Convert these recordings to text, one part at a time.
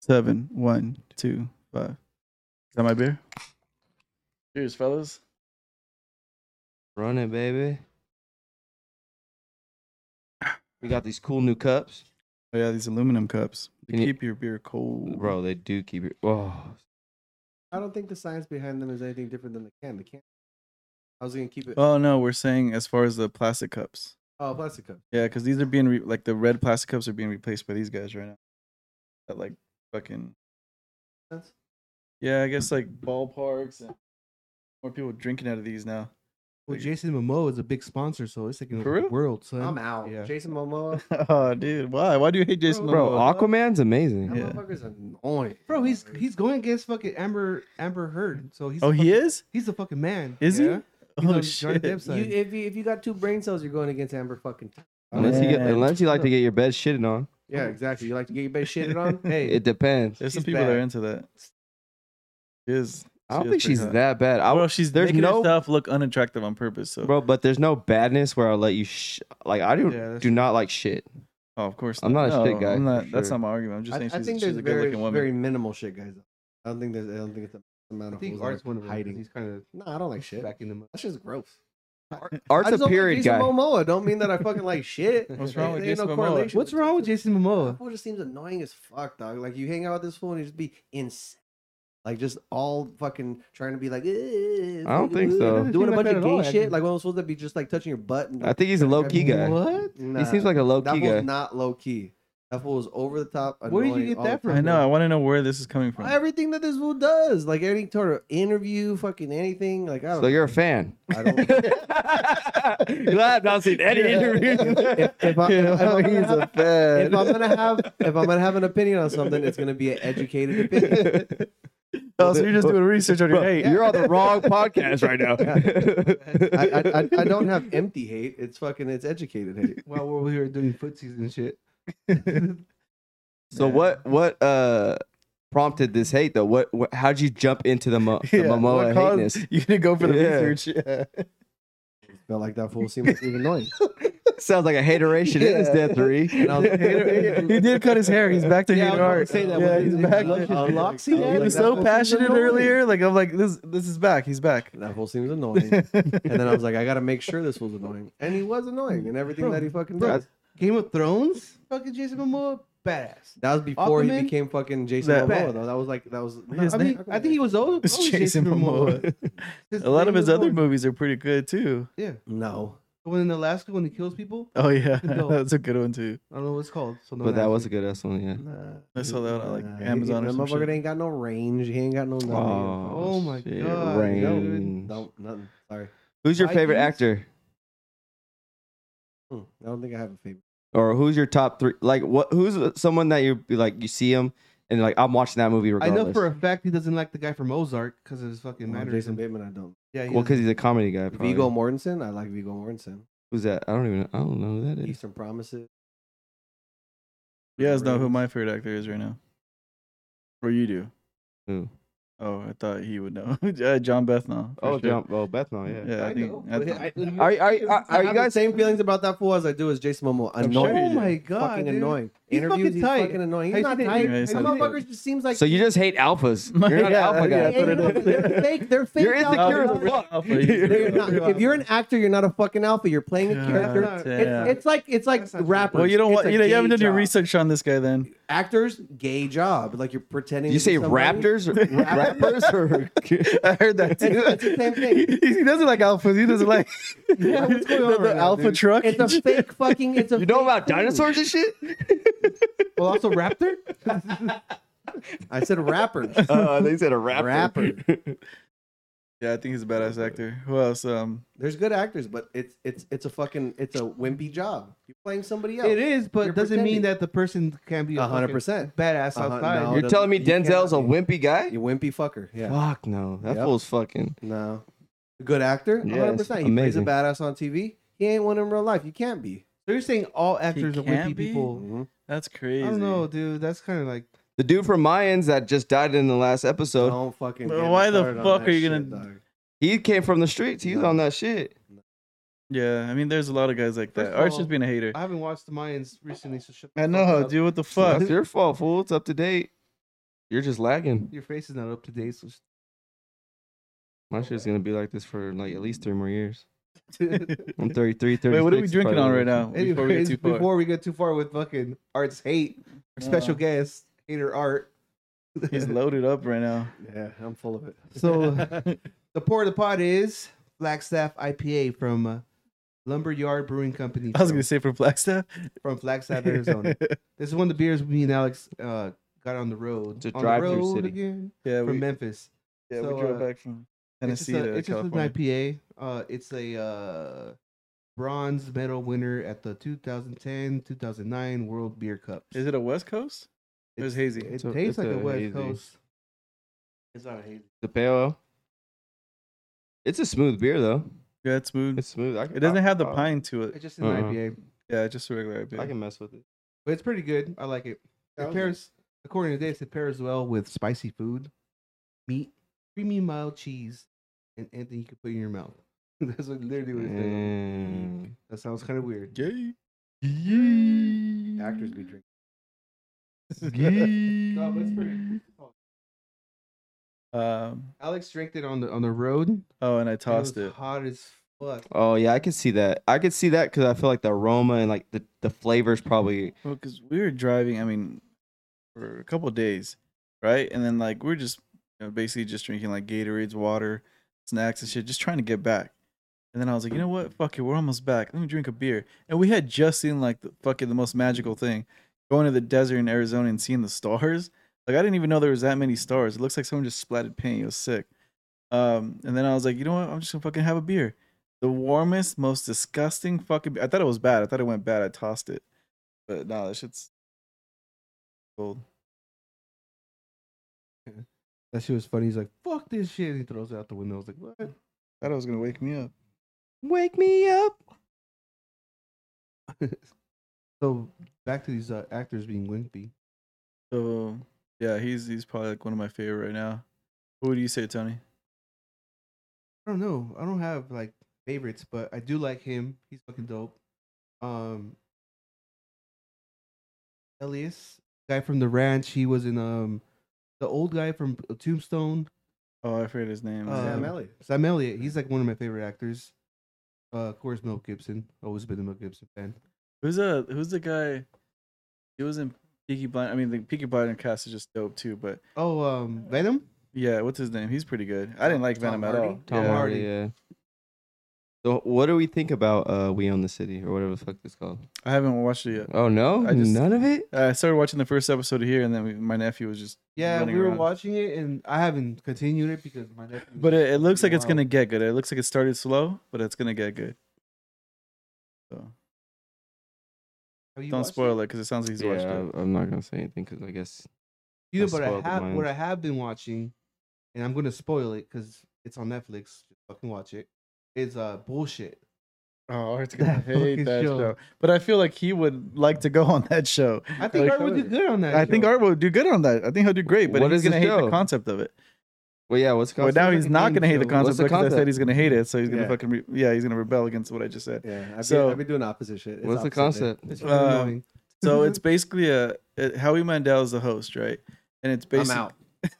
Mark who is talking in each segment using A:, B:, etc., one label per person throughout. A: seven, one, two, five. Is that my beer? Cheers, fellas.
B: Run it, baby. We got these cool new cups.
A: Oh yeah, these aluminum cups. They
B: Can you-
A: keep your beer cold.
B: Bro, they do keep it. Oh,
C: I don't think the science behind them is anything different than the can. The can. I was gonna keep it.
A: Oh no, we're saying as far as the plastic cups.
C: Oh, plastic cup.
A: Yeah, because these are being re- like the red plastic cups are being replaced by these guys right now. That like fucking
C: That's-
A: yeah, I guess like ballparks and more people drinking out of these now.
D: Well,
A: Like-
D: Jason Momoa is a big sponsor, so it's like in
A: For
D: the
A: real?
D: world, son.
C: I'm out.
D: Yeah.
C: Jason Momoa.
A: oh, dude, why? Why do you hate Jason?
B: bro,
A: Momoa?
B: Aquaman's amazing.
C: That
A: Yeah.
C: motherfucker's annoying.
D: Bro, he's he's going against fucking Amber Amber Heard, so he's
A: oh,
D: the
A: he
D: fucking-
A: is.
D: He's the fucking man.
A: Is
D: yeah?
A: he?
D: He's
A: Oh
D: on Johnny
A: shit.
D: Depp's
C: You,
D: side.
C: if you if you got two brain cells, you're going against Amber fucking. T-
B: Unless you get,
A: Man.
B: unless you like to get your bed shitted on.
C: yeah, exactly. You like to get your best shitted on? Hey,
B: It depends.
A: There's some
C: She's
A: people that
C: bad.
A: are into that. She is.
B: I don't
A: she is
B: think
A: pretty
B: she's
A: hot.
B: that bad. I,
A: Well, she's
B: there's
A: making
B: no-
A: herself look unattractive on purpose. So,
B: bro, but there's no badness where I'll let you. Sh- like I do,
D: Yeah, that's-
B: do not like shit.
A: oh, of course,
B: I'm not a shit guy,
A: I'm
B: for
A: not, That's
B: sure.
A: not my argument. I'm just
C: I,
A: saying
C: I
A: she's,
C: think
A: she's
C: there's
A: a
C: very,
A: good-looking woman.
C: very minimal shit, guys. I don't think there's. I don't think it's the amount
D: I
C: of
D: think
C: holes that
D: Art's
C: are
D: one of them. 'cause
C: hiding.
D: He's kind of
C: No, I don't like shit.
D: backing them up.
C: That's just gross.
B: Art's
C: I just
B: a
C: don't
B: period
C: like Jason
B: guy.
C: Momoa. Don't mean that I fucking like shit.
A: What's wrong with
C: There ain't
A: Jason Momoa?
D: What's wrong with Jason
C: That
D: Momoa?
C: fool just seems annoying as fuck, dog. Like you hang out with this fool and he just be insane. Like just all fucking trying to be like, "Eh,
B: I don't think
C: eh,
B: so.
D: Doesn't
C: Doing
D: seem like
C: a bunch
D: that
C: of
D: at
C: gay
D: all,
C: shit, like one of those fools that be just like touching your butt. And,
B: I think he's a low key guy.
D: What?
C: Nah,
B: He seems like a low
C: that
B: key
C: fool's
B: guy.
C: not low key. That fool was over the top.
D: Where did you
C: annoying
D: get
C: all
D: that
C: the
D: from?
C: time.
A: I know. I want to know where this is coming from.
C: Everything that this fool does, like any sort of interview, fucking anything, like I don't.
B: so you're a fan.
C: I don't.
B: you have not seen any interviews.
C: if, if I, if I'm gonna
B: he's
C: have-
B: a fan.
C: if I'm gonna have if I'm gonna have an opinion on something, it's gonna be an educated opinion.
A: Oh, so you're just doing research on your
B: Bro,
A: hate.
B: You're on the wrong podcast right now.
C: I, I, I, I don't have empty hate. It's fucking it's educated hate.
D: While we're over here doing footsies and shit.
B: So what? What uh prompted this hate though? What? what how'd you jump into the, mo- the Momoa
A: what caused-
B: hateness?
A: You didn't go for the
B: Yeah.
A: research. Yeah.
C: Felt like that fool seemed like even annoying.
B: Sounds like a hateration in his death three.
C: And I was like,
A: he did cut his hair. He's back to
D: Yeah, I
A: hating
D: was about to
A: art.
D: say that.
A: yeah,
D: What
A: he's
D: is it?
A: back.
D: Lux-
A: to-
D: uh, Luxy?
C: I was
D: Yeah,
A: he
C: like,
A: was
C: that
A: so
C: fool
A: passionate
C: seems annoying.
A: earlier. Like I'm like this. This is back. He's back.
C: That fool seems annoying. And then I was like, I gotta make sure this was annoying. And he was annoying and everything
D: Bro,
C: that he fucking
D: bro.
C: does.
D: Game of Thrones? Fucking Jason Momoa, badass.
C: That was before
D: Aquaman?
C: he became fucking Jason
A: That-
C: Momoa though. That was like that was.
A: His
D: I mean,
A: name-
D: I think he was old.
A: It's Jason Momoa. A lot of his other movies are pretty good too.
D: Yeah.
C: no.
D: The one in Alaska when he kills people.
A: Oh yeah,
D: No.
A: that's a good one too.
D: I don't know what it's called. So
B: but that was a good ass one. Yeah.
C: Nah.
A: I saw that on like
C: Nah, he-
A: Amazon or
C: that
A: some
C: motherfucker
A: shit.
C: ain't got no range. He ain't got no nothing.
D: Oh my
B: shit,
D: God,
B: Rain.
C: No, nothing. Sorry.
B: Who's your favorite
D: Vikings?
B: actor?
C: Hmm, I don't think I have a favorite.
B: Or who's your top three? Like what? Who's someone that you're like you see him and like I'm watching that movie
D: I
B: regardless.
D: know for a fact he doesn't like the guy from Ozark because of his fucking
C: Well,
D: manners.
C: Oh, Jason
D: and-
C: Bateman, I don't.
D: Yeah, he
B: well,
D: doesn't-
B: because he's a comedy guy. Probably.
C: Vigo Mortensen, I like Vigo Mortensen.
B: Who's that? I don't even. Know. I don't know who that is.
C: Eastern Promises.
A: You guys know who my favorite actor is right now, or you do?
B: Who?
A: Oh, I thought he would know. Uh, John Bethnal. for
B: Oh,
A: sure.
B: John, well, Bethnal. Yeah.
A: Yeah, I, think. I think-
B: Are, are, are,
C: I
B: are
C: have
B: you guys
C: the same feelings about that fool as I do as Jason Momoa? Annoying.
A: sure you
D: Oh my god,
C: fucking
D: dude.
C: annoying.
D: He's
C: Interviews,
D: fucking
C: he's
D: tight.
C: fucking annoying.
D: Have
C: He's
D: you
C: not
D: seen-
C: tight.
A: Yeah, he's
C: That
A: not
C: motherfucker
D: tight.
C: just seems like.
B: So you just hate alphas. You're not an
A: Yeah,
B: alpha
A: yeah,
B: guy.
A: that's what it is.
C: they're fake. They're fake.
B: You're
C: dog.
B: insecure
C: They're
B: as
C: not-
B: fuck.
C: They're not- If you're an actor, you're not a fucking alpha. You're playing a
A: God
C: character.
A: damn.
C: It's, it's like it's like
D: That's not true.
C: rappers.
A: well, you don't
C: It's
A: want
C: a
A: you, know, you
C: gay
A: haven't done your
C: job.
A: research on this guy then.
C: Actors, gay job. Like you're pretending.
B: you
C: to be
B: say
C: somebody.
B: raptors or rappers or
A: I heard that too.
C: It's- it's the same thing.
A: He, he doesn't like alphas. He doesn't like
C: Yeah, what's going on
A: the,
C: right
A: the
C: now,
A: alpha
C: dude?
A: truck.
C: It's a fake fucking. It's a
B: you know
C: fake
B: about
C: thing.
B: dinosaurs and shit?
D: well, also Raptor.
C: I said rappers.
B: Uh, they said a rapper.
A: yeah, I think he's a badass actor. Who else? Um,
C: There's good actors, but it's it's it's a fucking it's a wimpy job. You're playing somebody else.
D: It is, but
C: You're
D: doesn't mean
C: pretending.
D: that the person can be a
C: A hundred
D: fucking
C: percent.
D: badass
C: Uh-huh,
D: outside.
C: no.
B: You're
C: Oh,
B: telling me
C: you cannot
B: Denzel's a
C: be-
B: wimpy guy?
C: You wimpy fucker. Yeah.
B: Fuck no. That
C: Yep.
B: fool's fucking.
C: No. A good actor,
B: Yes,
C: 100. percent He
B: amazing.
C: plays a badass on TV. He ain't one in real life. You can't be.
D: So you're saying
C: oh,
D: all actors are
A: can't
D: wimpy
A: be?
D: people?
B: Mm-hmm.
A: that's crazy.
D: I don't know, dude. That's kind of like
B: The dude from Mayans that just died in the last episode,
C: Don't fucking.
A: Bro,
C: get me
A: why the
C: started on
A: fuck
C: that
A: are you
C: shit,
A: gonna-
C: dog.
B: he came from the streets. He was
C: No.
B: on that shit.
A: Yeah, I mean, there's a lot of guys like
D: First
A: that.
D: of
A: Archer's
D: all,
A: being a hater.
D: I haven't watched the Mayans recently, so shut the
A: I
D: fuck
A: know,
D: up.
A: dude. What the
B: So
A: fuck?
B: That's your fault, fool. It's up to date. You're just lagging.
D: Your face is not up to date. So just-
B: My shit's gonna be like this for like at least three more years. I'm 33, 36.
A: Wait, what are we drinking on right now?
D: Anyways,
A: Before we get too far.
D: with fucking Art's hate, our special
A: Uh.
D: guest, hater Art.
A: He's loaded up right now.
C: Yeah, I'm full of it.
D: So the pour of the pot is Flagstaff IPA from uh, Lumberyard Brewing Company.
A: I was
D: from-
A: gonna say for Flagstaff.
D: from Flagstaff, Arizona. this is one of the beers me and Alex uh, got on the road.
B: It's a
D: on
B: drive-through
D: the road
B: city.
D: again
A: yeah,
D: from
A: we, yeah,
D: Memphis. so,
A: we drove
D: uh,
A: back from
D: It's just
A: Tennessee
D: a-
A: to
D: it's just an
A: California.
D: IPA. Uh, it's a uh, bronze medal winner at the 2010-2009 World Beer Cup.
A: Is it a West Coast? It was hazy.
D: It
B: It's a-
D: tastes
B: it's
D: like a,
B: a
D: West
B: hazy.
D: Coast. It's not a hazy.
B: The pale ale. It's a smooth beer though.
A: Yeah, it's smooth.
B: It's smooth. I
A: it doesn't have the
B: I-
A: pine to it.
D: It's just an
B: Uh-uh.
D: IPA,
A: Yeah, just a regular IPA.
B: I can mess with it.
D: but it's pretty good. I like it. It pairs, according to this, it pairs well with spicy food, meat, creamy mild cheese, and anything you can put in your mouth. That's what literally what it says.
B: Mm.
D: That sounds kind of weird.
A: Gay.
C: Actors be drinking.
D: No, but it's pretty.
A: Um,
D: Alex drank it on the on the road. and
A: oh, and I
D: it was
A: tossed it.
D: Hot as fuck.
B: Oh yeah, I could see that. I could see that because I feel like the aroma and like the the flavors probably.
A: Well, because we were driving, I mean, for a couple of days, right? And then like we are just you know, basically just drinking like Gatorades, water, snacks and shit, just trying to get back. And then I was like, you know what? Fuck it, we're almost back. Let me drink a beer. And we had just seen like the fucking the most magical thing, going to the desert in Arizona and seeing the stars. Like I didn't even know there was that many stars. It looks like someone just splatted paint. It was sick. Um, and then I was like, you know what? I'm just gonna fucking have a beer. The warmest, most disgusting fucking. Beer. I thought it was bad. I thought it went bad. I tossed it. But no, that shit's cold.
D: That shit was funny. He's like, "Fuck this shit," and he throws it out the window. I was like, "What?"
A: Thought it was gonna wake me up.
B: Wake me up.
D: So back to these uh, actors being wimpy.
A: So yeah, he's he's probably like one of my favorite right now. Who do you say, Tony?
D: I don't know. I don't have like favorites, but I do like him. He's fucking dope. Um, Elias, guy from the ranch. He was in um, the old guy from Tombstone.
A: Oh, I forget his name.
D: Uh,
C: Sam
A: Um,
C: Elliott.
D: Sam Elliott. He's like one of my favorite actors. Uh, of course, Mel Gibson. Always been a Mel Gibson fan.
A: who's a who's the guy? He was in Peaky Blind. I mean, the Peaky Blinder cast is just dope too. But
D: Oh, um, Venom.
A: yeah, what's his name? He's pretty good. I didn't like
C: Tom
A: Venom at
C: Hardy?
A: all.
B: Tom
A: yeah.
B: Hardy. Yeah. So what do we think about uh We Own the City or whatever the fuck it's called?
A: I haven't watched it yet.
B: Oh no,
A: I just-
B: none of it.
A: I started watching the first episode here, and then we, my nephew was just
D: Yeah,
A: running
D: we were
A: around.
D: watching it, and I haven't continued it because my nephew.
A: But it, it looks like it's
D: Wow.
A: gonna get good. It looks like it started slow, but it's gonna get good. So
D: Have you
A: don't
D: watched
A: spoil it because it sounds like he's watched
B: yeah,
A: it.
B: I- I'm not gonna say anything because I guess
D: Yeah,
B: Don't
D: but
B: spoil the
D: I have what
B: lines.
D: I have been watching, and I'm gonna spoil it because it's on Netflix. Just fucking watch it. Is uh bullshit.
A: Oh, Art's
D: That fucking show.
A: But I feel like he would like to go on that show.
D: I think
A: Like,
D: Art would do good on that.
A: I think
D: show.
A: Art will do good on that. I think he'll do great. But
B: What
A: he's
B: is this
A: gonna hate the
B: show?
A: concept of it.
B: Well, yeah. What's
A: Well,
B: called?
A: now
D: like
A: he's
D: a
A: not
D: game
A: gonna hate
D: show.
A: the
D: What's
A: concept
B: the
A: because I
B: concept?
A: said he's gonna hate it. So he's gonna
C: Yeah.
A: fucking re- yeah, he's gonna rebel against what I just said.
C: Yeah, I've,
A: So-
C: been, I've been doing opposition. It's
B: what's the
C: opposite day.
B: concept?
D: It's really
A: uh,
D: annoying.
A: So it's basically a it, Howie Mandel is the host, right? And it's
C: I'm
A: basically
C: out.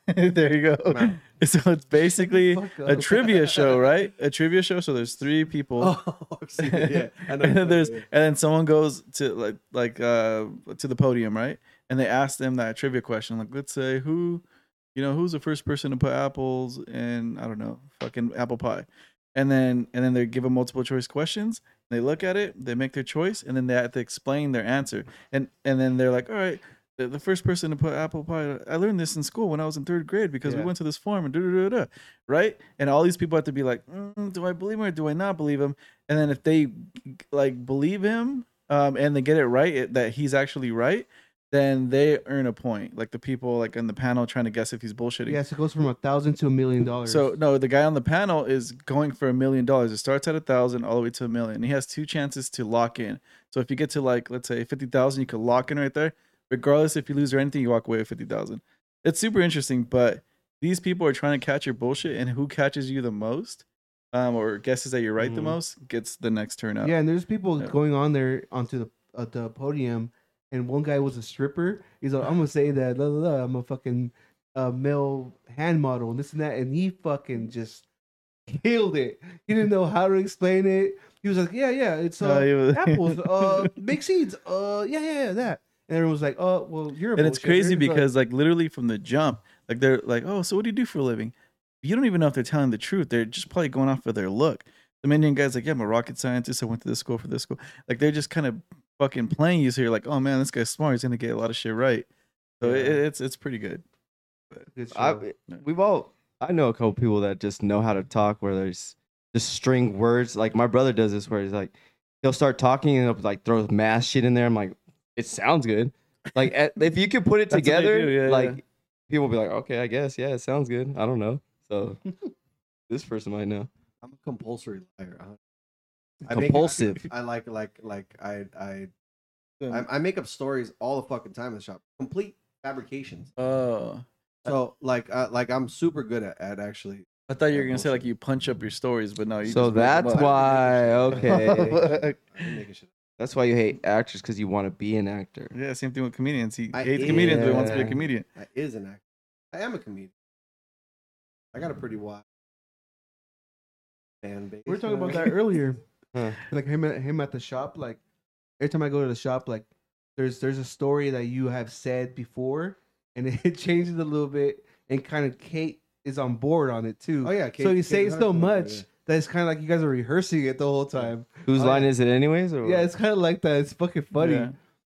A: there you go.
C: I'm out.
A: So it's basically
D: Fuck
A: a
D: up.
A: trivia show, right? A trivia show. So there's three people.
C: Oh, I've seen it. Yeah, I
A: and
C: know.
A: then
C: exactly,
A: there's
C: yeah.
A: and then someone goes to like like uh to the podium, right? And they ask them that trivia question, like let's say who, you know, who's the first person to put apples in I don't know fucking apple pie, and then and then they give them multiple choice questions. They look at it, they make their choice, and then they have to explain their answer. And and then they're like, all right. The, the first person to put apple pie. I learned this in school when I was in third grade because we
D: Yeah.
A: went to this farm and da da da da, right? And all these people have to be like, mm, do I believe him or do I not believe him? And then if they like believe him um, and they get it right it, that he's actually right then they earn a point like the people like on the panel trying to guess if he's bullshitting
D: yes, it goes from a thousand to a million dollars.
A: so no the guy on the panel is going for a million dollars it starts at a thousand all the way to a million he has two chances to lock in so if you get to like let's say 50000 you could lock in right there regardless if you lose or anything you walk away with 50000 it's super interesting but these people are trying to catch your bullshit and who catches you the most um, or guesses that you're right the
B: Mhm.
A: most gets the next turn up
D: Mm-hmm. yeah, and there's people
A: Yeah.
D: going on there onto the uh, the podium, and one guy was a stripper. He's like, I'm gonna say that. La, la, la, I'm a fucking a male hand model and this and that, and he fucking just killed it. He didn't know how to explain it. He was like, "Yeah, yeah, it's
A: Uh,
D: uh,
A: it was-
D: apples, uh, big seeds, uh, yeah, yeah, yeah, that." And everyone was like, "Oh, well, you're." A
A: and it's
D: bullshitter." He's
A: crazy
D: like,
A: because like literally from the jump, like they're like, oh, so what do you do for a living? You don't even know if they're telling the truth. They're just probably going off of their look. The Indian guy's like, yeah, I'm a rocket scientist. I went to this school for this school. Like they're just kind of fucking playing you. So you're like, oh man, this guy's smart. He's gonna get a lot of shit right. So it,
D: Yeah.
A: it's it's pretty good.
D: Good show.
B: I, we've all I know a couple people that just know how to talk where there's just string words. Like my brother does this where he's like he'll start talking and he'll like throw mass shit in there. I'm like, it sounds good. Like at, if you could put it
A: That's what they
B: together,
A: do, yeah,
B: like
A: yeah.
B: people will be like, okay, I guess, yeah, it sounds good. I don't know. So this person might know.
C: I'm a compulsory liar. huh?
B: Compulsive.
C: I, make, I like like like I I I, I make up stories all the fucking time in the shop. Complete fabrications.
A: Oh,
C: So like uh, like I'm super good at, at actually.
A: I thought you
C: Yeah,
A: were gonna say
C: bullshit.
A: like you punch up your stories, but no. You
B: so
A: just make 'em
B: that's
A: up.
B: why okay.
C: I making shit.
B: that's why you hate actors because you want to be an actor.
A: Yeah, same thing with comedians. He
C: I-
A: hates comedians, but he wants to be a
B: Yeah.
A: comedian.
C: I is an actor. I am a comedian. I got a pretty wide fan base.
D: we were talking
C: you know
D: about
C: what I
D: that earlier.
B: Huh.
D: Like him, at, him at the shop. Like every time I go to the shop, like there's there's a story that you have said before, and it, changes a little bit, and kind of Kate is on board on it too.
C: mean? Oh yeah.
D: so you say
C: Kate
D: so
C: Hudson,
D: much
C: yeah.
D: that it's kind of like you guys are rehearsing it the whole time.
B: Whose
D: Oh,
B: line is it anyways? Or
D: Yeah, it's kind of like that. It's fucking funny.
A: Yeah.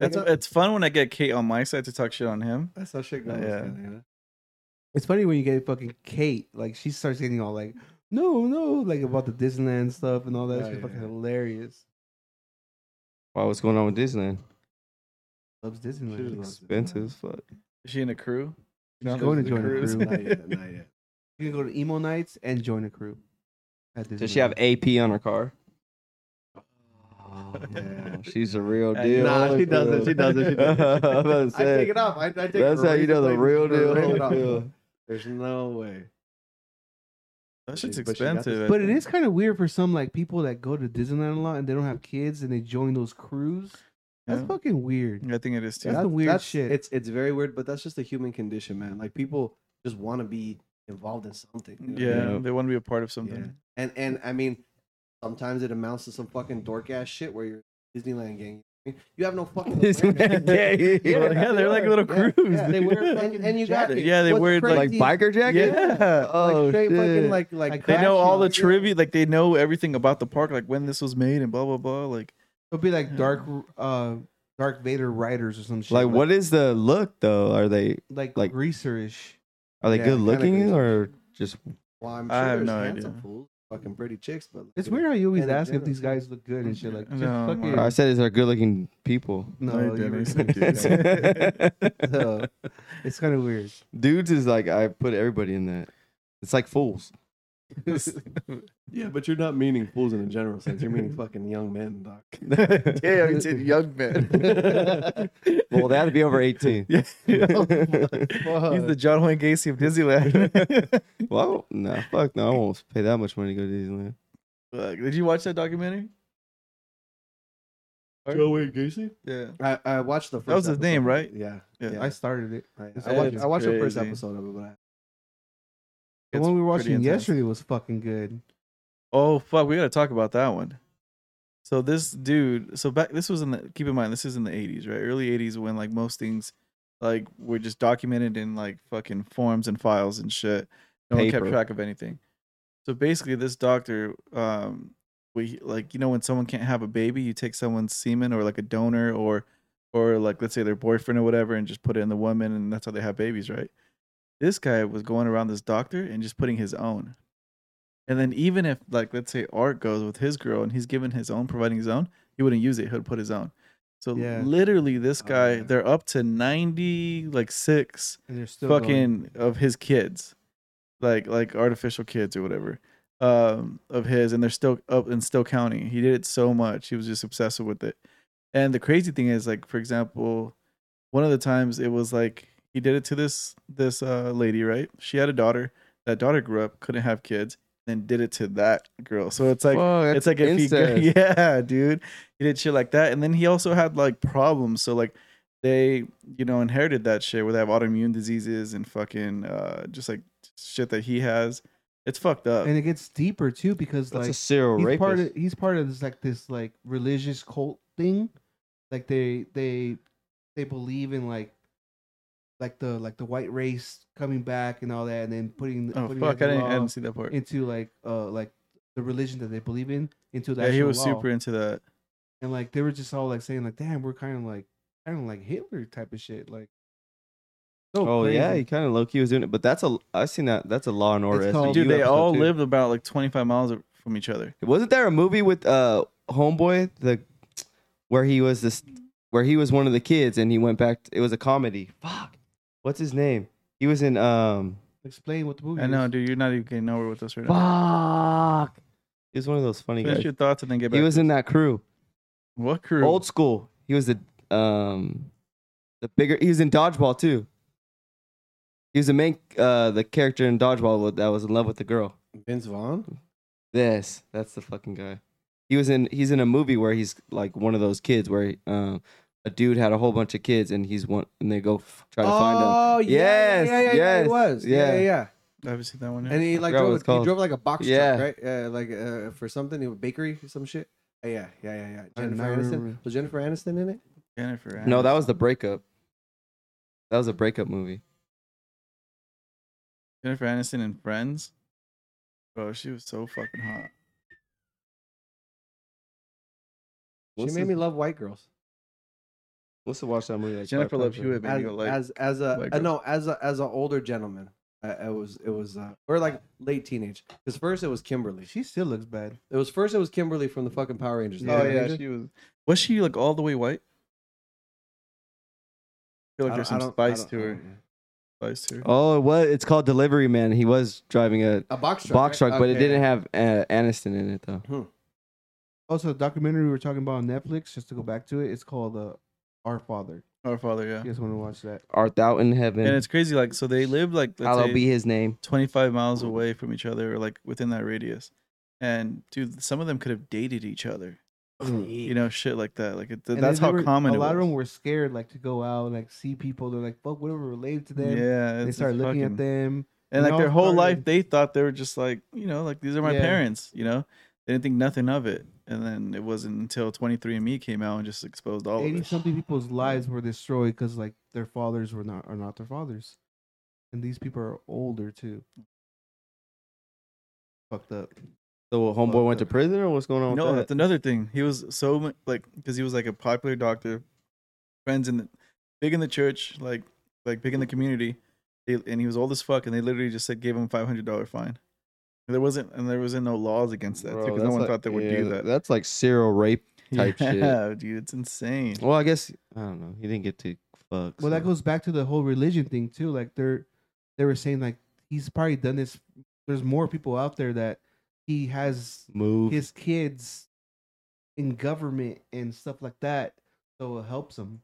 A: It's,
C: That's a-
A: it's fun when I get Kate on my side to talk shit on him.
C: That's how shit
A: Uh,
C: goes.
A: yeah.
C: kinda, you know?
D: It's funny when you get fucking Kate, like she starts getting all like, no, no, like about the Disneyland stuff and all that.
C: Oh,
D: it's just
C: yeah.
D: fucking hilarious.
B: Why what's going on with Disneyland?
D: Loves Disneyland.
C: loves-
B: Expensive as fuck.
A: Is she in a crew?
D: She's going to
A: The
D: join a
A: cruise.
D: crew.
C: Not yet. Not yet.
D: You can go to emo nights and join a crew. at
B: Does she have
D: Disneyland.
B: AP on her car?
C: yeah.
B: She's a real
A: Nah,
B: deal.
A: she doesn't, she
C: doesn't, she
B: I
C: doesn't.
B: was
C: I take
B: saying,
C: it off. I, I take it
B: That's
C: for
B: how you know the
C: reason,
B: real
C: please. Take it off.
B: deal.
C: There's no way.
A: That
C: But
A: shit's
C: she- but she got this-
A: expensive. I
D: But it
A: think.
D: is kind of weird for some like people that go to Disneyland a lot and they don't have kids and they join those crews. That's
A: Yeah.
D: fucking weird.
A: I think it is too.
D: That's the weird shit.
C: It's it's very weird, but that's just the human condition, man. Like people just want to be involved in something. you know?
A: yeah,
B: Yeah.
A: they want to be a part of something.
C: And and I mean, sometimes it amounts to some fucking dork ass shit where you're Disneyland gang. You have no fucking. awareness.
A: Yeah,
B: yeah.
A: yeah, they're like little
D: Yeah,
A: crews.
D: yeah, they
A: dude.
D: wear fucking-
C: And, and you got
A: Jacket. Yeah, they
C: what's
A: wear,
B: Like
C: crazy-
B: biker jacket?
A: Yeah.
B: Oh,
C: like straight fucking
B: shit.
C: like like,
D: Like,
A: They know all the
C: fashion.
A: trivia, like they know everything about the park, like when this was made and blah blah blah. Like
D: It'll be like
A: Yeah.
D: dark, uh, Dark Vader riders or some shit.
B: Like, what is the look though? Are they
D: Like,
B: like-
D: greaserish.
B: are they
D: Yeah,
B: good
D: kinda
B: looking
D: good.
B: or just?
C: Well, I'm sure
A: I have
C: there's
A: no
C: handsome
A: idea.
C: fools, fucking pretty chicks, but
D: It's weird how you always
C: Yeah,
D: ask if
C: general.
D: these guys look good and shit. Like, just
A: No,
D: fucking.
B: I said, is there good looking people?
A: No,
D: No,
A: you
D: you were
A: didn't.
D: saying that. So, it's kind of weird.
B: Dudes is like I put everybody in that. It's like fools.
C: Yeah, but you're not meaning fools in a general sense. You're meaning fucking young men, doc.
A: yeah, I said young man.
B: Well, that'd be over eighteen.
A: Yeah.
D: Oh
A: Oh He's the John Wayne Gacy of Disneyland.
B: well, no, fuck no, I won't pay that much money to go to Disneyland.
A: Fuck, Did you watch that documentary?
C: Joe Wayne Gacy.
A: Yeah.
C: I, I watched the first.
A: was his name, right?
C: episode. Yeah,
A: Yeah.
D: I started it.
C: I,
D: That
C: I watched.
A: is
C: I watched the first
A: crazy.
C: episode of it, but I,
D: The
A: It's
D: one we were
A: pretty
D: watching
A: intense.
D: yesterday was fucking good.
A: Oh fuck, we gotta talk about that one. So this dude, so back this was in the keep in mind this is in the eighties, right? Early eighties when like most things like were just documented in like fucking forms and files and shit. No one kept
B: Paper.
A: track of anything. So basically this doctor, um we like you know when someone can't have a baby, you take someone's semen or like a donor or or like let's say their boyfriend or whatever and just put it in the woman and that's how they have babies, right? This guy was going around this doctor and just putting his own. And then even if like let's say Art goes with his girl and he's given his own, providing his own, he wouldn't use it. He'd put his own. So
D: Yeah.
A: literally, this
C: Oh,
A: guy,
C: yeah.
A: they're up to ninety like six
D: And they're still going.
A: fucking of his kids, like like artificial kids or whatever, um, of his, and they're still up in Still County. He did it so much; he was just obsessed with it. And the crazy thing is, like for example, one of the times it was like he did it to this this uh, lady, right? She had a daughter. That daughter grew up, couldn't have kids, then did it to that girl. So it's like
B: Fuck,
A: it's
B: that's
A: like if he, go-
B: incest.
A: yeah, dude, he did shit like that, and then he also had like problems. So like, they you know inherited that shit where they have autoimmune diseases and fucking uh just like shit that he has. It's fucked up.
D: and it gets deeper too because
B: That's a
D: like
B: serial
D: he's
B: rapist.
D: part of he's part of this like this like religious cult thing like they they they believe in like like the like the white race coming back and all that and then putting
A: oh
D: putting
A: fuck!
D: the
A: I didn't, I
D: law
A: didn't see that part.
D: into like uh like the religion that they believe in into the
A: Yeah, he
D: actual
A: was
D: law.
A: super into that.
D: and like they were just all like saying like damn we're kind of like kind of like hitler type of shit like so
B: oh yeah,
D: crazy.
B: he kind of low key was doing it, but that's a I've seen that. That's a Law and Order.
D: It's called-
B: SVU
A: Dude, they
B: Oh, episode,
A: all
B: too.
A: lived about like 25 miles from each other.
B: Wasn't there a movie with uh Homeboy the where he was this where he was one of the kids and he went back? it was a comedy. Fuck, what's his name? He was in um.
D: explain what the movie
A: I know,
D: is.
A: dude. You're not even getting nowhere with us right now.
B: Fuck. He was one of those funny
A: Finish
B: guys.
A: your thoughts and then get back.
B: He was in that crew.
A: what crew?
B: Old school. He was the um the bigger he was in dodgeball too. He was the main uh the character in dodgeball that was in love with the girl.
C: Vince Vaughn?
B: This, that's the fucking guy. He was in. He's in a movie where he's like one of those kids where um, a dude had a whole bunch of kids and he's one and they go f- try to find him.
C: Oh, yeah, yeah,
B: Yes,
C: yeah, yeah, yeah,
B: yes,
C: it was. Yeah,
B: yeah.
C: yeah. yeah.
A: I haven't seen that one. Yet.
C: And he like
B: forgot what
C: drove,
B: it's
C: he
B: called.
C: drove like a box
B: Yeah.
C: truck, right? Yeah, like uh, for something, a bakery or some shit. Uh, yeah, yeah, yeah, yeah.
D: I don't
C: Jennifer Aniston.
D: remember.
C: Was Jennifer Aniston in it?
A: Jennifer.
B: No,
A: Aniston.
B: that was the breakup. That was a breakup movie.
A: Jennifer Aniston and Friends. Bro, she was so fucking hot.
B: What's
C: she made
B: the-
C: me love white girls.
B: What's to watch that movie? Like
A: Jennifer
B: five
A: Love
B: times,
A: Hewitt made
C: as,
A: me go like.
C: as as a
A: like
C: uh,
A: a-
C: no as a as an older gentleman I, I was it was uh, or like late teenage because first it was Kimberly
D: she still looks bad
C: it was first it was Kimberly from the fucking Power Rangers
A: oh
D: Yeah.
A: yeah, she was. Was she like all the way white? I feel like
C: I
A: there's
C: don't-
A: some
C: I don't- I
A: spice
C: don't-
A: to
C: I
A: her.
C: don't know.
A: Spice to her.
B: Oh, what? It's called Delivery Man. He was driving a
C: a box truck
B: box
C: right?
B: truck, but it
C: Okay. Hmm.
B: didn't have uh, Aniston in it though.
D: also the documentary we were talking about on netflix just to go back to it it's called uh, our father
A: Our father, yeah.
D: you guys want to watch that
B: Art thou in heaven?
A: And it's crazy. Like, so they lived like let's
B: Hallowed
A: say,
B: be his name.
A: 25 miles away from each other, or like within that radius. And dude, some of them could have dated each other.
B: Hmm.
A: You know, shit like that. Like it, th-
D: And
A: that's
D: they
A: how
D: were-
A: common.
D: a lot
A: it
D: of
A: was.
D: them were scared like to go out like see people they're like fuck whatever related to them
A: Yeah,
D: they
A: it's
D: start looking
A: fucking-
D: at them
A: and
D: It
A: like their
D: all
A: whole life
D: started-
A: they thought they were just like you know like these are my
D: Yeah.
A: parents you know they didn't think nothing of it and then it wasn't until 23andme came out and just exposed all of
D: 80
A: it
D: something people's lives were destroyed because like their fathers were not are not their fathers and these people are older too fucked up
B: So what, homeboy went to prison, or what's going on?
A: no
B: with
A: that's
B: that?
A: another thing he was so mu- like because he was like a popular doctor friends in the big in the church like like big in the community they, and he was old as fuck and they literally just said gave him $500 fine there wasn't and there wasn't no laws against that
B: Bro,
A: because no
B: that's
A: one
B: like-
A: thought they would
B: yeah,
A: do that
B: That's like serial rape. type shit.
A: yeah, dude it's insane
B: Well, I guess I don't know. He didn't get to fuck.
D: well that
B: so-
D: goes back to the whole religion thing too like they're they were saying like he's probably done this there's more people out there that he has
B: move.
D: his kids in government and stuff like that so it helps him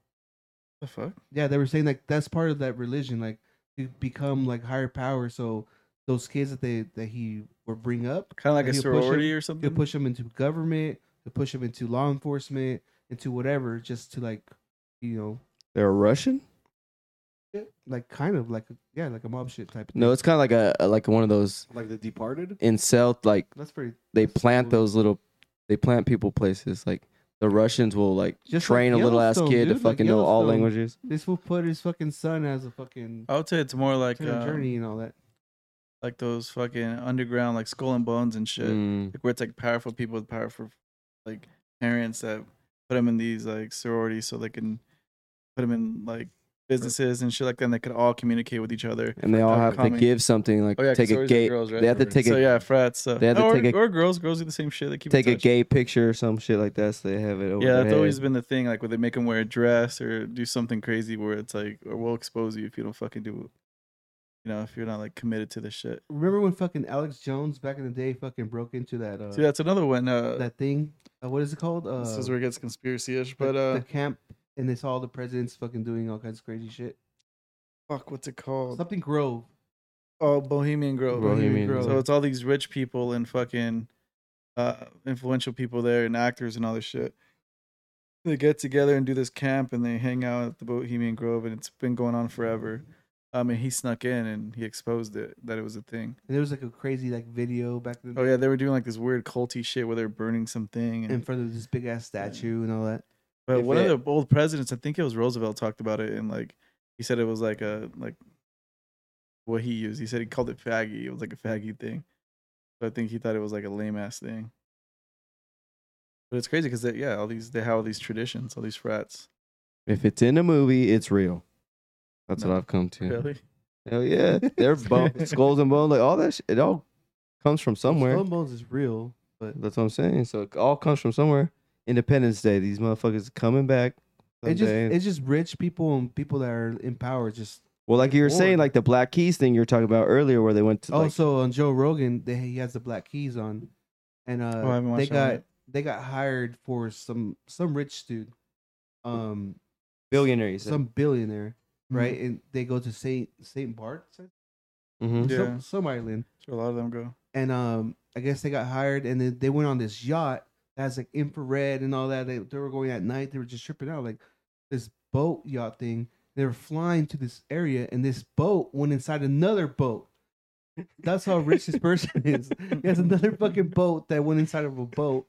A: the fuck
D: yeah they were saying like that's part of that religion like to become like higher power so those kids that they that he would bring up
A: kind of like a
D: He'll push him-
A: sorority or
B: Mm-hmm.
D: to
A: something
D: push them into government to push them into law enforcement into whatever just to like you know
B: They're Russian.
D: like kind of like yeah like a mob shit type of thing.
B: No, it's kind of like a a- like one of those
C: like the Departed
B: incel. Like
D: that's pretty
B: they
D: that's
B: plant
D: cool.
B: those little, they plant people places. Like the Russians will like
D: Just like
B: train a little ass
D: Yellowstone,
B: kid to
D: dude, like
B: fucking know all
D: Yellowstone.
B: languages.
D: this will put his fucking son as a fucking
A: I would say it's more like
D: turn
A: um,
D: journey and all that
A: like those fucking underground like skull and bones and shit
B: Mm.
A: like where it's like powerful people with powerful like parents that put them in these like sororities so they can put them in like businesses and shit like that and they could all communicate with each other
B: And they all
A: type
B: have to
A: common-
B: give something. Like
A: oh yeah 'cause
B: take a
A: sororities are
B: gay.
A: girls, right?
B: They have to take
A: so
B: a
A: yeah frats so
B: they have to
A: or,
B: take a-
A: or girls girls do the same shit they keep in
B: take a
A: touch.
B: gay picture or some shit like that. So they have it over.
A: yeah
B: their
A: that's always
B: head.
A: been the thing like where they make them wear a dress or do something crazy where it's like or we'll expose you if you don't fucking do you know if you're not like committed to this shit
D: remember when fucking alex jones back in the day fucking broke into that uh
A: see that's another one uh
D: that thing uh, what is it called uh
A: this is where it gets conspiracy-ish
D: the-
A: but uh
D: the camp and it's all the presidents fucking doing all kinds of crazy shit
A: fuck what's it called
D: something grove
A: Oh, Bohemian Grove.
B: Bohemian
D: Grove.
A: So it's all these rich people and fucking uh, influential people there and actors and all this shit. they get together and do this camp and they hang out at the Bohemian Grove and it's been going on forever. Um, and he snuck in and he exposed it that it was a thing.
D: And there was like a crazy like video back then
A: Oh yeah, they were doing like this weird culty shit where they're burning something. And,
D: in front of this big ass statue and all that.
A: but
B: if
A: one
B: it-
A: of the old presidents, I think it was Roosevelt, talked about it and like he said it was like a like what he used. He said he called it faggy. It was like a faggy thing. So I think he thought it was like a lame ass thing. But it's crazy because yeah, all these they have all these traditions, all these frats.
B: If it's in a movie, it's real. That's
A: No.
B: what I've come to.
A: Really?
B: Hell yeah, they're bone, skulls and bones, like all that. Sh- it all comes from somewhere.
D: Skull and Bones is real, but
B: That's what I'm saying. So it all comes from somewhere. Independence Day. These motherfuckers coming back.
D: it's just
B: someday.
D: it's just rich people and people that are in power. Just
B: well, like you were saying,
D: Lord.
B: like the Black Keys thing you were talking about earlier, where they went to.
D: oh,
B: like,
D: so on Joe Rogan, they, he has the black keys on, and uh,
A: Oh, I haven't
D: they
A: watched that one
D: got
A: yet.
D: they got hired for some some rich dude, um,
B: billionaires.
D: some billionaire,
A: Mm-hmm.
D: right? And they go to Saint Saint Bart's,
B: hmm
A: Yeah.
D: some, some island,
A: Sure, a lot of them go.
D: and um, I guess they got hired, and then they went on this yacht that has like infrared and all that. They, they were going at night. They were just tripping out, like this boat yacht thing. They were flying to this area, and this boat went inside another boat. That's how rich this person is. He has another fucking boat that went inside of a boat,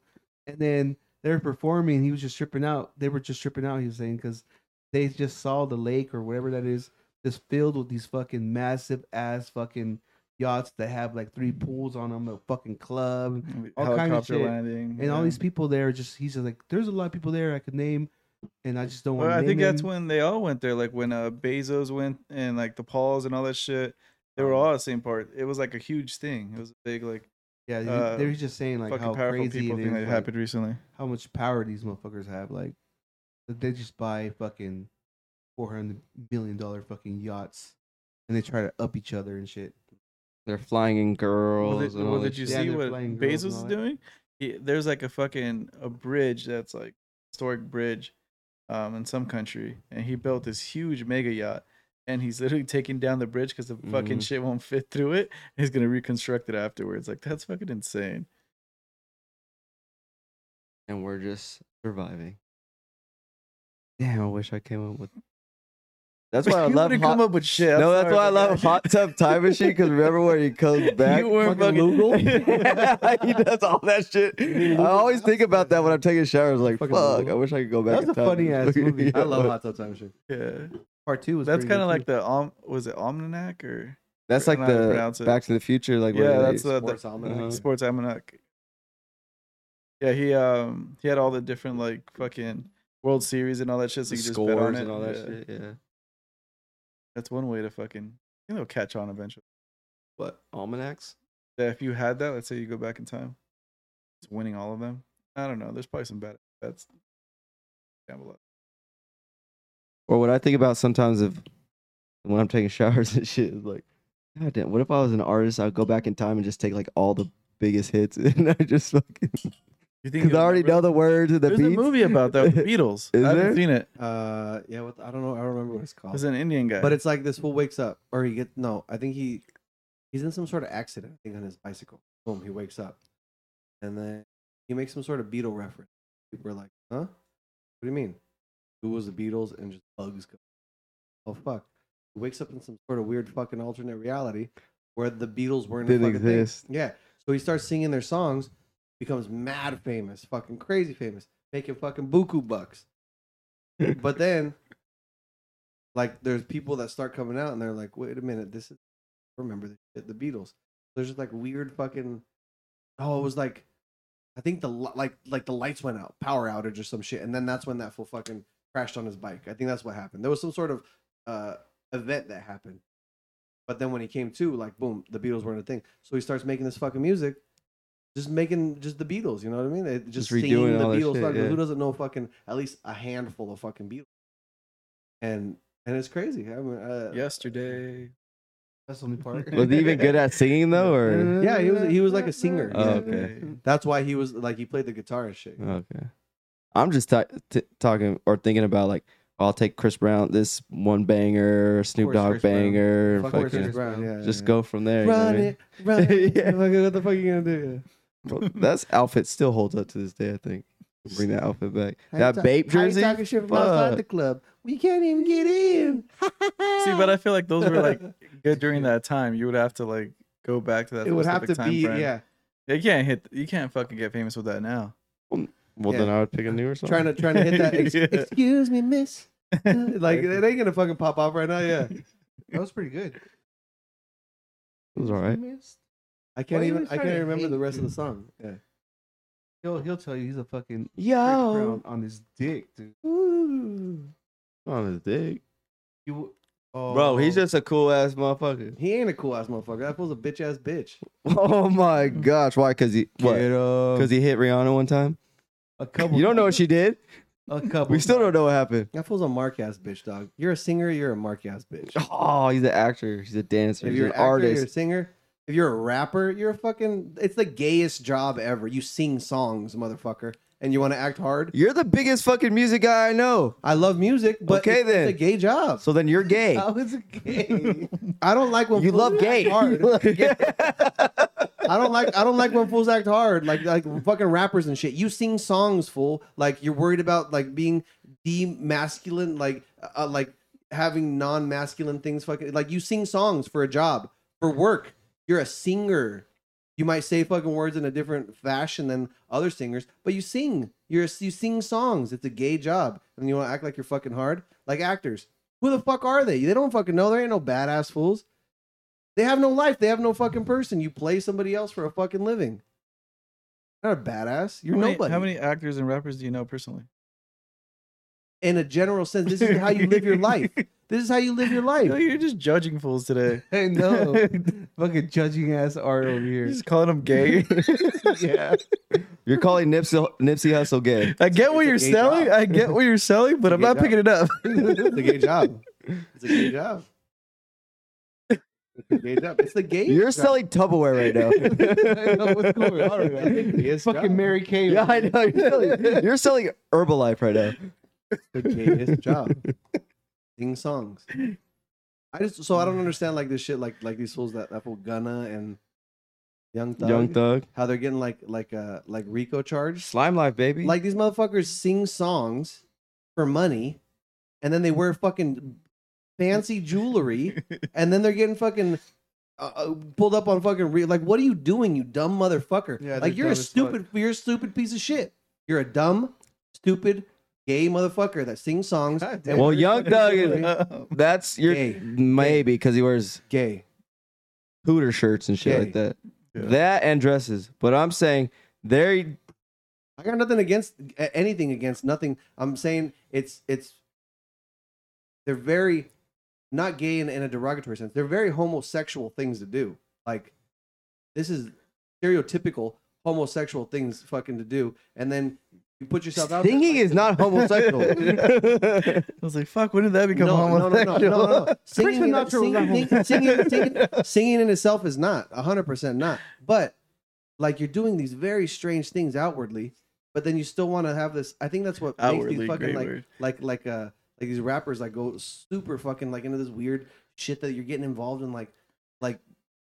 D: and then they were performing. He was just tripping out. They were just tripping out. He was saying because they just saw the lake or whatever that is, just filled with these fucking massive ass fucking yachts that have like three pools on them, a fucking club, all kind of
A: Helicopter
D: shit.
A: landing.
D: and all
A: yeah.
D: these people there. Just he's just like, there's a lot of people there I could name, and I just don't want.
A: Well,
D: to
A: I
D: name
A: think that's
D: them.
A: when they all went there. Like when uh, Bezos went and like the Pauls and all that shit. They were all at the same part. It was like a huge thing. It was a big like,
D: yeah, he-
A: uh,
D: they were just saying like how
A: fucking powerful
D: crazy
A: people
D: it is,
A: thing that
D: like,
A: happened recently.
D: how much power these motherfuckers have. Like that they just buy fucking four hundred million dollar fucking yachts, and they try to up each other and shit.
B: They're flying in girls.
A: Well, did,
B: and all
A: well,
B: that
A: did you
B: shit.
D: Yeah,
A: see
D: they're
A: what
D: playing girls
A: Bezos
D: and
A: is
D: all that.
A: doing? He, there's like a fucking a bridge that's like historic bridge, um, in some country, and he built this huge mega yacht, and he's literally taking down the bridge because the fucking
B: Mhm.
A: shit won't fit through it. He's gonna reconstruct it afterwards. Like that's fucking insane.
B: And we're just surviving. Damn, I wish I came up with. That's why I
A: You
B: love
A: wouldn't
B: hot.
A: come up with shit. I'm
B: no, that's
A: sorry
B: why I
A: about
B: love
A: that.
B: hot tub time machine. Because remember when he comes back,
A: You weren't fucking-
B: Lugal? he does all that shit.
D: mean
B: I
D: Lugal?
B: always think about that when I'm taking showers. Like,
D: Fucking
B: fuck,
D: Lugal.
B: I wish I could go back.
D: That
B: in
D: was a
B: time.
D: funny-ass movie.
B: Yeah.
C: I love Hot Tub Time Machine.
A: Yeah,
D: Part two was
A: that's
D: pretty good,
A: kind of like
D: too.
A: the um, was it almanac or
B: That's like
A: I don't know how to
B: the
A: pronounce it.
B: Back to the Future. Like,
A: yeah,
B: where they-
A: that's uh, the
C: Sports Almanac.
B: uh-huh.
A: sports almanac. Yeah, he um he had all the different like fucking World Series and all that shit. So
B: the
A: you could just bet on
B: scores
A: it.
B: and all that
A: Yeah.
B: shit. Yeah,
A: That's one way to fucking you know catch on eventually.
B: what almanacs?
A: Yeah, if you had that, let's say you go back in time, it's winning all of them. I don't know. There's probably some bad bets. Gamble up.
B: Or what I think about sometimes if when I'm taking showers and shit is like, God damn, what if I was an artist? I'd go back in time and just take like all the biggest hits and I just fucking
A: You think
B: because I
A: you'll
B: already
A: remember-
B: know the words and the
A: There's
B: beats.
A: a movie about that with the Beatles.
B: Is
A: I haven't
B: there?
A: seen it.
C: Uh, yeah, what, I don't know. I don't remember what it's called.
A: It's an Indian guy.
C: But it's like this fool wakes up, or he gets no. I think he he's in some sort of accident. I think on his bicycle. Boom, he wakes up, and then he makes some sort of Beatle reference. People are like, "Huh? What do you mean? Who was the Beatles?" And just bugs go. Oh fuck! He wakes up in some sort of weird fucking alternate reality where the Beatles weren't a
B: Didn't
C: fucking thing.
B: exist.
C: Yeah, so he starts singing their songs, becomes mad famous, fucking crazy famous, making fucking buku bucks. but then like there's people that start coming out and they're like, wait a minute, this is remember the, shit, the Beatles. There's just like weird fucking oh, it was like I think the li- like like the lights went out, power outage or some shit, and then that's when that fool fucking crashed on his bike. I think that's what happened. There was some sort of uh event that happened. But then when he came to, like boom, the Beatles weren't a thing. So he starts making this fucking music, just making just the Beatles. You know what I mean? They- Just,
B: redoing
C: singing the
B: all that
C: Beatles.
B: shit,
C: songs, 'cause
B: yeah.
C: Who doesn't know fucking at least a handful of fucking Beatles? And and it's crazy. I mean, uh,
A: yesterday.
D: that's the only part.
B: Was he even good at singing though, or
C: Yeah, he was- he was like a singer.
B: Oh, okay.
C: That's why he was like he played the guitar and shit.
B: okay? I'm just ta- t- talking or thinking about like oh, I'll take Chris Brown this one banger, Snoop
D: course,
B: Dogg
D: Chris Brown.
B: banger,
C: Of
D: Fuck
C: course,
B: fucking-
C: Chris Brown, yeah,
B: just
C: yeah.
B: go from there. you know what I
C: Run
B: mean?
C: it, run it.
B: Yeah.
C: Fuck it, What the fuck are you gonna do?
B: Well, that's outfit still holds up to this day, I think. Bring that outfit back.
C: How you
B: that
C: talk-
B: Bape
C: how you
B: jersey.
C: talking shit from outside
B: Fuck.
C: the club. We can't even get in.
A: See, but I feel like those were like good during that time. You would have to like go back to that.
C: it would have
A: specific
C: to
A: time
C: be
A: frame.
C: yeah.
A: You can't hit. You can't fucking get famous with that now.
B: Well,
C: Yeah.
B: then I would pick a newer song.
C: Trying to trying to hit that. Ex-
A: Yeah.
C: Excuse me, miss. like it ain't gonna fucking pop off right now. Yeah,
D: That was pretty good.
B: It was all right.
C: I
D: Why
C: can't
D: you
C: even.
D: always
C: I
D: try
C: can't
D: to
C: remember
D: hate
C: the rest of the
D: dudes?
C: song. Yeah.
D: He'll he'll tell you he's a fucking Chris
B: Yo.
D: Brown on his dick, dude.
C: Oh. Ooh.
B: On his dick.
D: You, w- oh,
B: Bro, he's just a cool ass motherfucker.
C: He ain't a cool ass motherfucker. That fool's a bitch ass bitch.
B: Oh my gosh. Why? Because he what? Because he hit Rihanna one time.
D: a couple.
B: You don't know what she did.
D: a couple.
B: We still don't know what happened.
C: That fool's a mark ass bitch, dog. You're a singer. You're a mark ass bitch.
B: Oh, he's an actor. He's a dancer.
C: If
B: He's
C: you're
B: an
C: an actor, you're a
B: artist.
C: singer. If you're a rapper, you're a fucking. It's the gayest job ever. You sing songs, motherfucker, and you want to act hard.
B: You're the biggest fucking music guy I know.
C: I love music, but
B: Okay,
C: it's,
B: then.
C: it's a gay job.
B: So then you're gay.
D: How is it gay?
C: I don't like when
B: You
C: fools
B: love
C: act
B: gay. You
C: hard.
B: love gay.
C: I don't like I don't like when fools act hard, like like fucking rappers and shit. You sing songs, fool. Like you're worried about like being demasculine, like uh, like having non-masculine things. Fucking like you sing songs for a job, for work. You're a singer. You might say fucking words in a different fashion than other singers, but you sing. You're a, you sing songs. It's a gay job, and you want to act like you're fucking hard, like actors. Who the fuck are they? They don't fucking know. There ain't no badass fools. They have no life. They have no fucking person. You play somebody else for a fucking living. Not a badass. You're
A: how many,
C: nobody.
A: How many actors and rappers do you know personally?
C: In a general sense, this is how you live your life. This is how you live your
A: You know,
C: life.
A: you're just judging fools today.
D: I know. fucking judging ass art over
A: You're
D: here.
A: just calling them gay.
D: yeah.
B: You're calling Nipsey Nipsey Hussle gay.
A: I get what
C: It's a
A: you're
C: gay
A: selling.
C: job.
A: I get what you're selling, but I'm
C: gay
A: not
C: job.
A: picking it up.
C: It's a gay job. It's a gay job. It's a gay job. It's the gay.
B: You're
C: job.
B: selling Tupperware right now.
D: I know what's going on right now.
C: It's the gayest
D: fucking
C: job.
D: Mary Kay.
B: yeah, I know. You're selling, you're selling Herbalife right now.
C: the gayest job. Sing songs. I just so I don't understand like this shit like like these fools that that fool Gunna and Young Thug,
B: Young Thug.
C: how they're getting like like uh like Rico charged.
B: Slime Life, baby.
C: Like these motherfuckers sing songs for money, and then they wear fucking fancy jewelry, and then they're getting fucking uh, uh, pulled up on fucking re- like what are you doing, you dumb motherfucker?
D: Yeah, they're
C: like you're
D: dumb as
C: a
D: fuck.
C: stupid, you're a stupid piece of shit. You're a dumb, stupid, gay motherfucker that sings songs.
D: God
C: and
D: damn.
B: well,
C: wears
B: Young
C: fucking
B: Thug
C: jewelry.
B: is. That's your
C: Gay.
B: maybe because he wears
C: gay.
B: Hooter shirts and shit
C: Gay.
B: like that.
A: Yeah.
B: That and dresses. But I'm saying they're
C: I got nothing against a- anything against nothing. I'm saying it's it's they're very not gay in, in a derogatory sense. They're very homosexual things to do. Like this is stereotypical homosexual things fucking to do, and then you put yourself out. there
B: singing
C: like-
B: is not homosexual.
A: I was like, fuck, when did that become
C: no, no, no, no,
A: homosexual?
C: no, no, no. Singing,
D: Sinatra was
C: singing,
D: not
C: singing, singing, singing, singing in itself is not hundred percent not. But like you're doing these very strange things outwardly, but then you still want to have this. I think that's what makes
A: Outwardly,
C: these fucking
A: great
C: like
A: word.
C: like like uh like these rappers like go super fucking like into this weird shit that you're getting involved in like like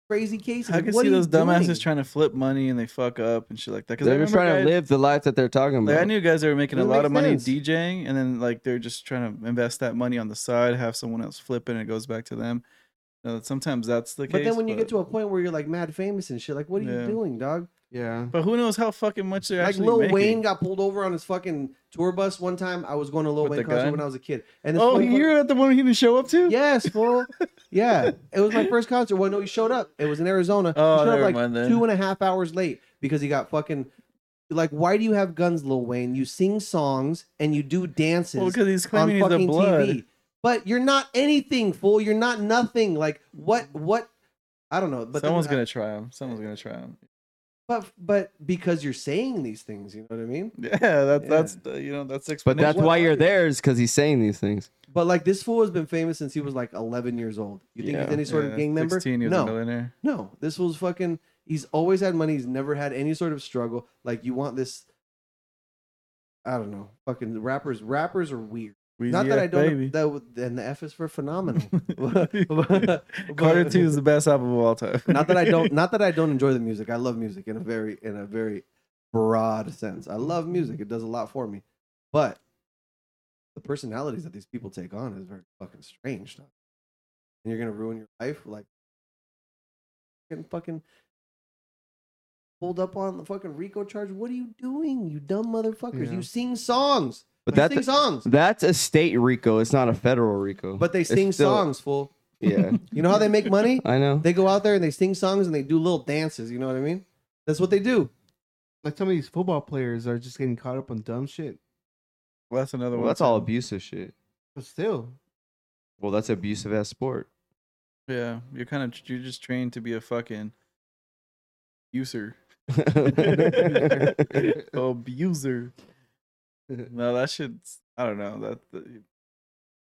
C: crazy cases.
A: I
C: Like,
A: can
C: what
A: see
C: are you
A: those dumbasses
C: doing?
A: trying to flip money and they fuck up and shit like that. 'Cause I
B: they're just
A: remember
B: trying
A: guys-
B: to live the life that they're talking about.
A: Like I knew guys that were making a
C: Doesn't
A: lot
C: make
A: of money
C: sense.
A: DJing, and then like they're just trying to invest that money on the side, have someone else flip it, and it goes back to them. Uh, sometimes that's the case.
C: But then when you get to a point where you're like mad famous and shit, like what are
A: Yeah.
C: you doing, dog?
D: Yeah.
A: but who knows how fucking much they're
C: Like
A: actually
C: Lil
A: making.
C: Wayne got pulled over on his fucking tour bus one time. I was going to Lil
A: With
C: Wayne
A: the
C: concert
A: gun?
C: when I was a kid. And this
A: oh,
C: motherfucker-
A: you're at the one he didn't show up to.
C: Yes, fool. yeah, it was my first concert. Well, no, he showed up. It was in Arizona.
A: Oh,
C: he showed
A: never
C: up like
A: mind then.
C: two and a half hours late because he got fucking. Like, why do you have guns, Lil Wayne? You sing songs and you do dances
A: Well, because he's
C: on
A: claiming he's a
C: fucking
A: blood.
C: TV. But you're not anything, fool. You're not nothing. Like, what? What? I don't know. But then
A: someone's
C: I-
A: gonna try him. Someone's gonna try him.
C: But but because you're saying these things, you know what I mean.
A: Yeah, that,
C: Yeah.
A: that's the, you know that's
B: but
A: explanation.
B: that's why you're there is because he's saying these things.
C: But like this fool has been famous since he was like 11 years old. You think he's
B: Yeah.
C: any sort of gang member?
A: Sixteen, he was
C: no,
A: a millionaire.
C: No, this was fucking. He's always had money. He's never had any sort of struggle. Like you want this. I don't know. Fucking rappers. Rappers are weird. Not
A: Wheezy
C: that I
A: F,
C: don't.
A: Baby.
C: That would- and the F is for phenomenal.
A: Carter
C: But-
A: Two is the best album of all time.
C: Not that I don't. Not that I don't enjoy the music. I love music in a very in a very broad sense. I love music; it does a lot for me, but the personalities that these people take on is very fucking strange. dog. And you're gonna ruin your life, like getting fucking pulled up on the fucking Rico charge. What are you doing, you dumb motherfuckers?
D: Yeah.
C: You sing songs,
B: But
C: you
B: that's
C: sing songs,
B: that's a state Rico. It's not a federal Rico.
C: but they
B: It's
C: sing
B: still-
C: songs. Fool,
B: Yeah,
C: you know how they make money?
B: I know.
C: They go out there and they sing songs and they do little dances. You know what I mean? That's what they do.
D: Like some of these football players are just getting caught up on dumb shit.
A: Well, that's another
B: well,
A: one.
B: that's all
A: too.
B: abusive shit.
D: But still,
B: Well, that's abusive ass sport.
A: Yeah, you're kind of you're just trained to be a fucking user, abuser. No, that shit's I don't know. That, that-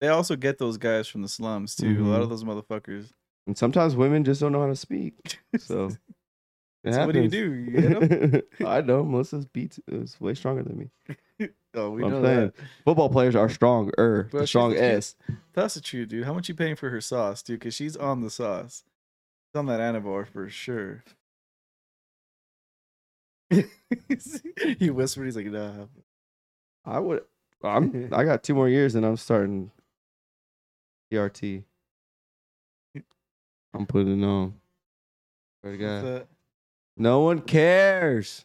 A: they also get those guys from the slums too. A lot
B: Mhm.
A: of those motherfuckers.
B: and sometimes women just don't know how to speak. So, it
A: So what do you
B: happens.
A: do? You hit 'em?
B: I know Melissa's beats is way stronger than me.
A: oh, we
B: I'm
A: know
B: saying.
A: that.
B: Football players are stronger.
A: Bro,
B: The
A: she's
B: strong
A: the cute-
B: S.
A: That's the truth, dude. How much you paying for her sauce, dude? Because she's on the sauce. She's on that Anavar for sure. he whispered, he's like, nah.
B: I would. I'm. I got two more years, and I'm starting PRT. I'm putting it on. Swear to God.
A: But
B: No one cares.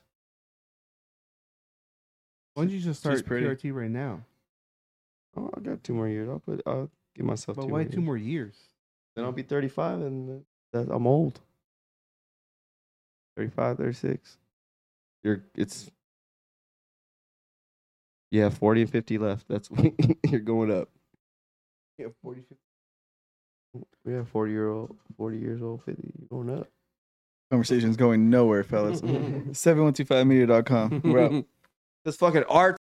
D: why don't you just
A: She's
D: start
A: pretty.
D: PRT right now?
B: Oh, I got two more years. I'll put. I'll give myself.
D: But
B: two
D: why
B: more
D: two
B: years.
D: more years?
B: Then I'll be 35, and that, I'm old. 35, 36. You're. It's. Yeah, 40 and 50 left. That's you're going up.
D: Yeah, 40, 50.
B: Yeah, 40 year old, 40 years old, 50. You're going up.
A: Conversation's going nowhere, fellas. 7125media.com. We're out.
B: This fucking art.